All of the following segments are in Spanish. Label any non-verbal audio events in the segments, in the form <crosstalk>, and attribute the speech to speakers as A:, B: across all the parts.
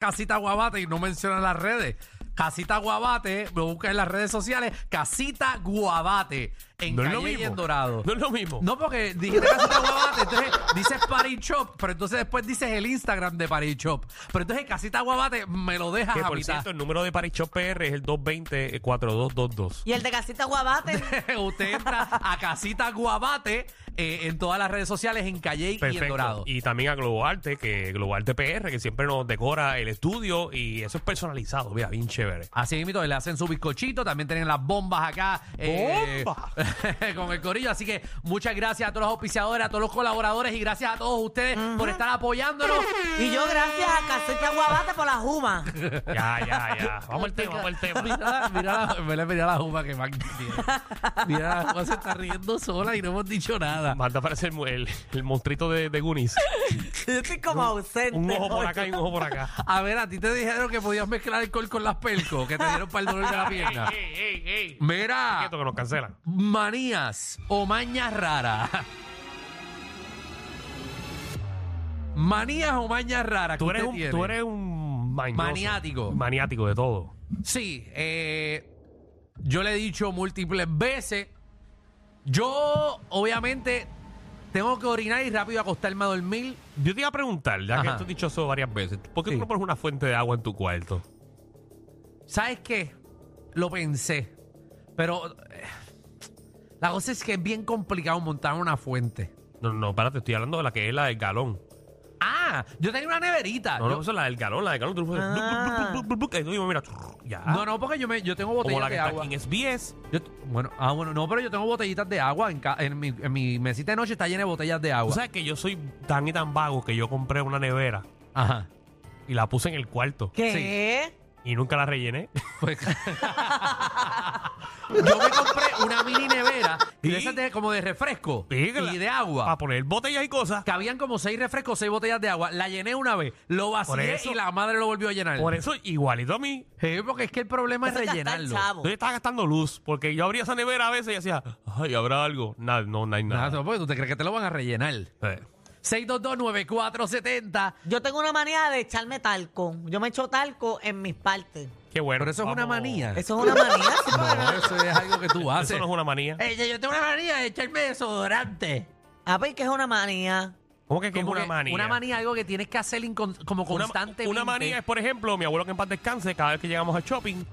A: Casita Guabate y no mencionan las redes. Casita Guabate, lo buscas en las redes sociales. Casita Guabate en
B: No es lo
A: Calle y
B: mismo.
A: en Dorado.
B: No es lo mismo.
A: No, porque dijiste Casita Guabate, entonces dices Party Shop, pero entonces después dices el Instagram de Party Shop. Pero entonces Casita Guabate me lo dejas
B: que
A: a
B: por
A: mitad.
B: cierto, el número de Parichop PR es el 220-4222.
C: Y el de Casita Guabate.
A: <laughs> Usted entra a Casita Guabate eh, en todas las redes sociales en Calle y en Dorado.
B: Y también a Globarte, que Globarte PR, que siempre nos decora el estudio y eso es personalizado, mira, bien chévere.
A: Así mismo, le hacen su bizcochito, también tienen las bombas acá. eh,
B: ¡Bombas!
A: <laughs> con el corillo. Así que muchas gracias a todos los auspiciadores, a todos los colaboradores y gracias a todos ustedes por estar apoyándonos. <laughs>
C: Y yo gracias a Casita Guabate por la Juma.
B: Ya,
A: <laughs>
B: ya, ya. Vamos al tema, vamos al tema.
A: Mira, la- mira, la, mira, la- mira la juba que Magda tiene. Mira, la juba se está riendo sola y no hemos dicho nada.
B: Manda parece el, mu- el, el monstruito de,
A: <laughs>
B: de Goonies.
C: Yo estoy como ausente.
B: Un ojo por
C: hoy.
B: acá y un ojo por
A: <laughs>
B: acá.
A: A ver, a ti te dijeron que podías mezclar alcohol con las pelcos, que te dieron para el dolor de la pierna.
B: ¡Ey, ey, ey!
A: Mira,
B: Quieto que nos cancelan.
A: manías o mañas raras. Manías o mañas raras. que
B: Tú eres
A: usted
B: un,
A: tiene.
B: tú eres un mañoso.
A: Maniático.
B: Maniático de todo.
A: Sí, eh, yo le he dicho múltiples veces. Yo, obviamente, tengo que orinar y rápido acostarme a dormir.
B: Yo te iba a preguntar, ya
A: Ajá.
B: que tú has dicho eso varias veces, ¿por qué
A: Sí.
B: tú no pones una fuente de agua en tu cuarto?
A: ¿Sabes qué? Lo pensé. Pero eh, la cosa es que es bien complicado montar una fuente.
B: No, no, no, espérate, estoy hablando de la que es la del galón.
A: Ah, yo tenía una neverita.
B: No,
A: Ah, Yo-
B: no, eso es la del galón, la del galón. Tú puedes-
C: Ah.
B: bluc, bluc, bluc, bluc, bluc, y tú dices, mira, churr, ya.
A: no, no, porque yo, me, yo tengo
B: ah. Como
A: botellas
B: la que
A: de
B: está
A: agua.
B: aquí en SBS.
A: Yo t- bueno, ah, bueno, no, pero yo tengo botellitas de agua. En, ca- en mi, en mi mesita de noche está llena de botellas de
B: Tú
A: agua.
B: sabes que yo soy tan y tan vago que yo compré una nevera
A: Ajá.
B: y la puse en el cuarto
C: ¿Qué?
B: y nunca
A: <laughs>
B: la rellené.
A: Pues- <laughs> yo me compré una mini nevera y de
B: Sí.
A: esas de- como de refresco y de
B: Para
A: agua.
B: poner botellas y cosas.
A: Cabían como seis refrescos, seis botellas de agua. La llené una vez, lo
B: Por
A: vacié
B: eso-
A: y la madre lo volvió a llenar.
B: Por eso, igualito a mí,
A: Sí, porque es que el problema es
C: Eso es gastar
A: rellenarlo.
C: chavo.
B: yo estaba gastando luz porque yo abría esa nevera a veces y decía, ay, habrá algo. Nada, no, no hay
A: Nada,
B: nada.
A: porque tú te crees que te lo van a rellenar.
B: Eh.
A: 6229470.
C: Yo tengo una manía de echarme talco. Yo me echo talco en mis partes.
B: Qué bueno.
A: Pero eso es una
B: vamos.
A: manía.
C: Eso es una manía. sí, porque
A: No,
C: no-
A: eso es algo que tú haces.
B: Eso no es una manía.
A: Ey, Eh, yo tengo una manía de echarme desodorante.
C: A ver, Ah, pues, ¿qué es una manía?
B: ¿Cómo que, que es
A: Como
B: una
A: que
B: manía?
A: Una manía, algo que tienes que hacer incon- como
B: Una-
A: constantemente.
B: Una, manía es, por ejemplo, mi abuelo que en paz descanse, cada vez que llegamos al shopping,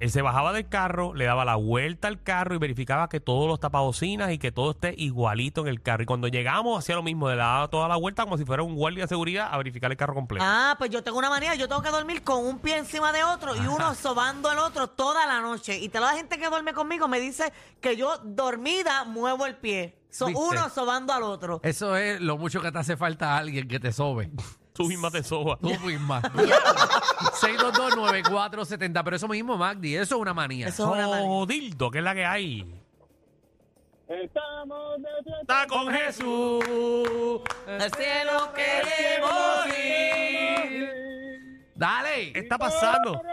B: él se bajaba del carro, le daba la vuelta al carro y verificaba que todos los tapabocinas y que todo esté igualito en el carro. Y cuando llegamos, hacía lo mismo, le daba toda la vuelta como si fuera un guardia de seguridad a verificar el carro completo.
C: Ah, pues yo tengo una manía. Yo tengo que dormir con un pie encima de otro y uno sobando al otro toda la noche. Y toda la gente que duerme conmigo me dice que yo dormida muevo el pie. So,
A: ¿Viste?
C: uno sobando al otro.
B: Eh,
A: Eso es lo mucho que te hace falta a alguien que te sobe.
B: Tú misma te soba.
A: Tú <laughs> misma. 6229470. Pero eso mismo, Magdi, eso es una manía.
C: Eso es una manía.
B: Dildo, que es la que hay.
D: Estamos de fiesta.
B: Está con Jesús.
A: Hace lo queremos ir. Dale.
B: Está pasando. En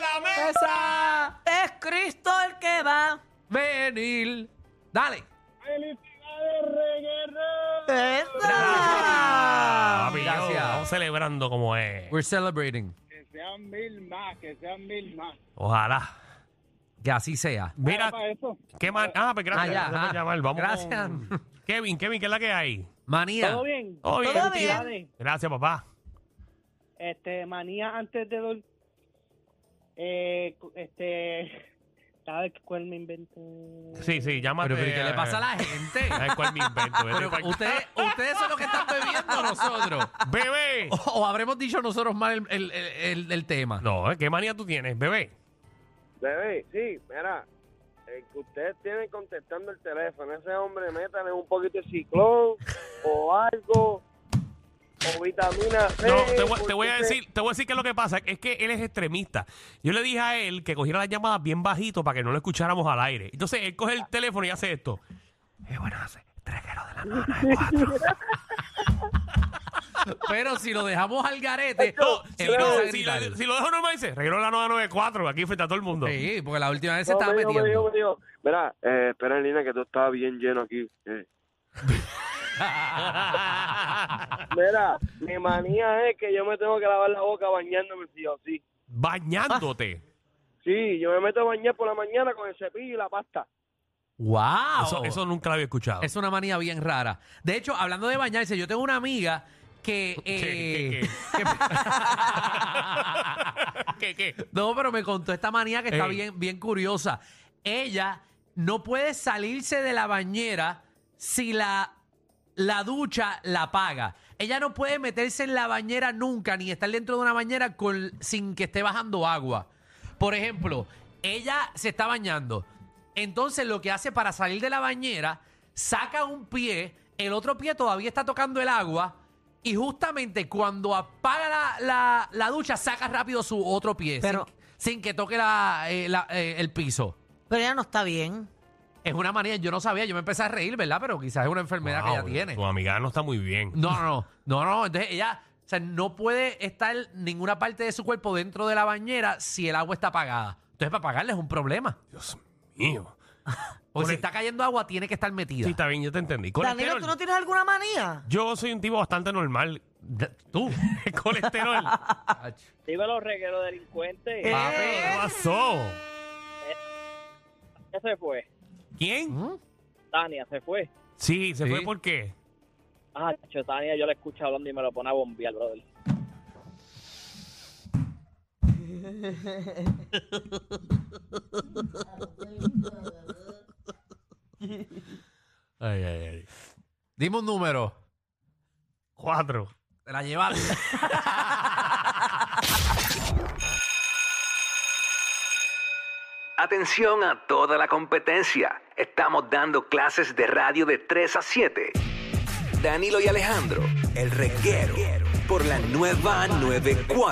B: la mesa.
A: Esa.
C: Es Cristo el que va.
A: Venir. Dale.
D: Felicidades, reguero.
C: ¡Esa!
B: Papi,
A: Ah, Gracias.
B: yo, Estamos celebrando como es.
A: We're celebrating.
D: Que sean mil más, que sean mil más.
B: Ojalá.
A: Que así sea.
B: Mira,
D: Para eso.
B: ¿Qué man- Ah, pues gracias.
A: Ah, ya,
B: gracias por
A: ajá.
B: llamar. Vamos
A: Gracias.
B: con Kevin, Kevin, ¿qué es la que hay?
A: Manía.
D: ¿Todo bien?
B: Oh, bien.
C: Todo bien.
D: Felicidades.
B: Gracias, papá.
D: Este, manía antes de dormir. Eh, cu- este. ¿Sabes cuál me inventé?
B: Sí, sí, llámate.
A: Pero, pero, ¿qué le pasa a la
B: Ay, <laughs>
A: gente?
B: cuál me invento. Vete
A: Pero
B: pa'l-
A: ustedes, ustedes son los que están bebiendo nosotros.
B: ¡Bebé!
A: O, o habremos dicho nosotros mal el, el- el- el tema.
B: No, ¿eh? ¿qué manía tú tienes, bebé?
E: Bebé, sí, mira, el que ustedes tienen contestando el teléfono, ese hombre métale un poquito de ciclón o algo, o vitamina C.
B: No, te voy, te voy a
E: porque
B: decir, te voy a decir que lo que pasa es que él es extremista. Yo le dije a él que cogiera las llamadas bien bajito para que no lo escucháramos al aire. Entonces él coge el teléfono y hace esto. Eh, bueno, hace trejero de la nana de cuatro.
A: Pero si lo dejamos al garete,
B: No,
A: Oh,
B: si,
A: empieza
B: no,
A: a
B: si
A: gritar.
B: lo, si lo dejo normal, dice, regresa la 994 aquí frente a todo el mundo.
A: Sí, porque la última vez se
E: no,
A: estaba
E: me dijo, me
A: metiendo.
E: dijo, me dijo, Mira, eh, espera, Lina, que tú estabas bien lleno aquí. eh. Mira, mi manía es que yo me tengo que lavar la boca bañándome sí o sí.
B: <laughs> Bañándote.
E: Sí, yo me meto a bañar por la mañana con el cepillo y la pasta.
A: ¡Wow!
B: Eso, eso nunca lo había escuchado.
A: Ah, oh. Es una manía bien rara. De hecho, hablando de bañarse, yo tengo una amiga
B: <laughs>
A: que... eh,
B: <laughs>
A: <laughs>
B: ¿Qué, qué, <laughs> qué? ¿Qué, qué?
A: No, pero me contó esta manía que está
B: Ey.
A: bien, bien curiosa. Ella no puede salirse de la bañera si la, la ducha la paga. Ella no puede meterse en la bañera nunca, ni estar dentro de una bañera con, sin que esté bajando agua. Por ejemplo, ella se está bañando. Entonces lo que hace para salir de la bañera, saca un pie, el otro pie todavía está tocando el agua y justamente cuando apaga la, la- la ducha, saca rápido su otro pie
C: Pero-
A: sin, sin que toque la- eh, la- eh, el piso.
C: Pero ella no está bien.
A: Es una manía, yo no sabía, yo me empecé a reír, ¿verdad? Pero quizás es una enfermedad que ella
B: Wow,
A: tiene.
B: Tu amiga no está muy bien.
A: No, no, no, no, no. Entonces ella, o sea, no puede estar ninguna parte de su cuerpo dentro de la bañera si el agua está apagada. Entonces para apagarle es un problema.
B: Dios mío.
A: Porque si
B: Correcto.
A: está cayendo agua, tiene que estar metida.
B: Sí, está bien, yo te entendí.
C: Danilo,
B: Colesterol.
C: ¿tú no tienes alguna manía?
B: Yo soy un tipo bastante normal.
A: Tú. <laughs>
B: <laughs> colesterol.
A: Ach.
E: Dime los regueros delincuentes.
C: Eh.
B: Papi, ¿qué pasó?
E: Ya se fue.
B: ¿Quién?
A: ¿Mm?
E: Tania se fue.
B: Sí, se
A: Sí.
B: fue por qué.
E: Ah, chacho, Tania, yo la escucho hablando y me lo pone a bombear, brother.
B: Ay, ay, ay.
A: <laughs> Dime un número.
B: Cuatro.
A: Te la llevaste.
F: Atención a toda la competencia. Estamos dando clases de radio de 3 a 7. Danilo y Alejandro, el reguero, por la nueva 94.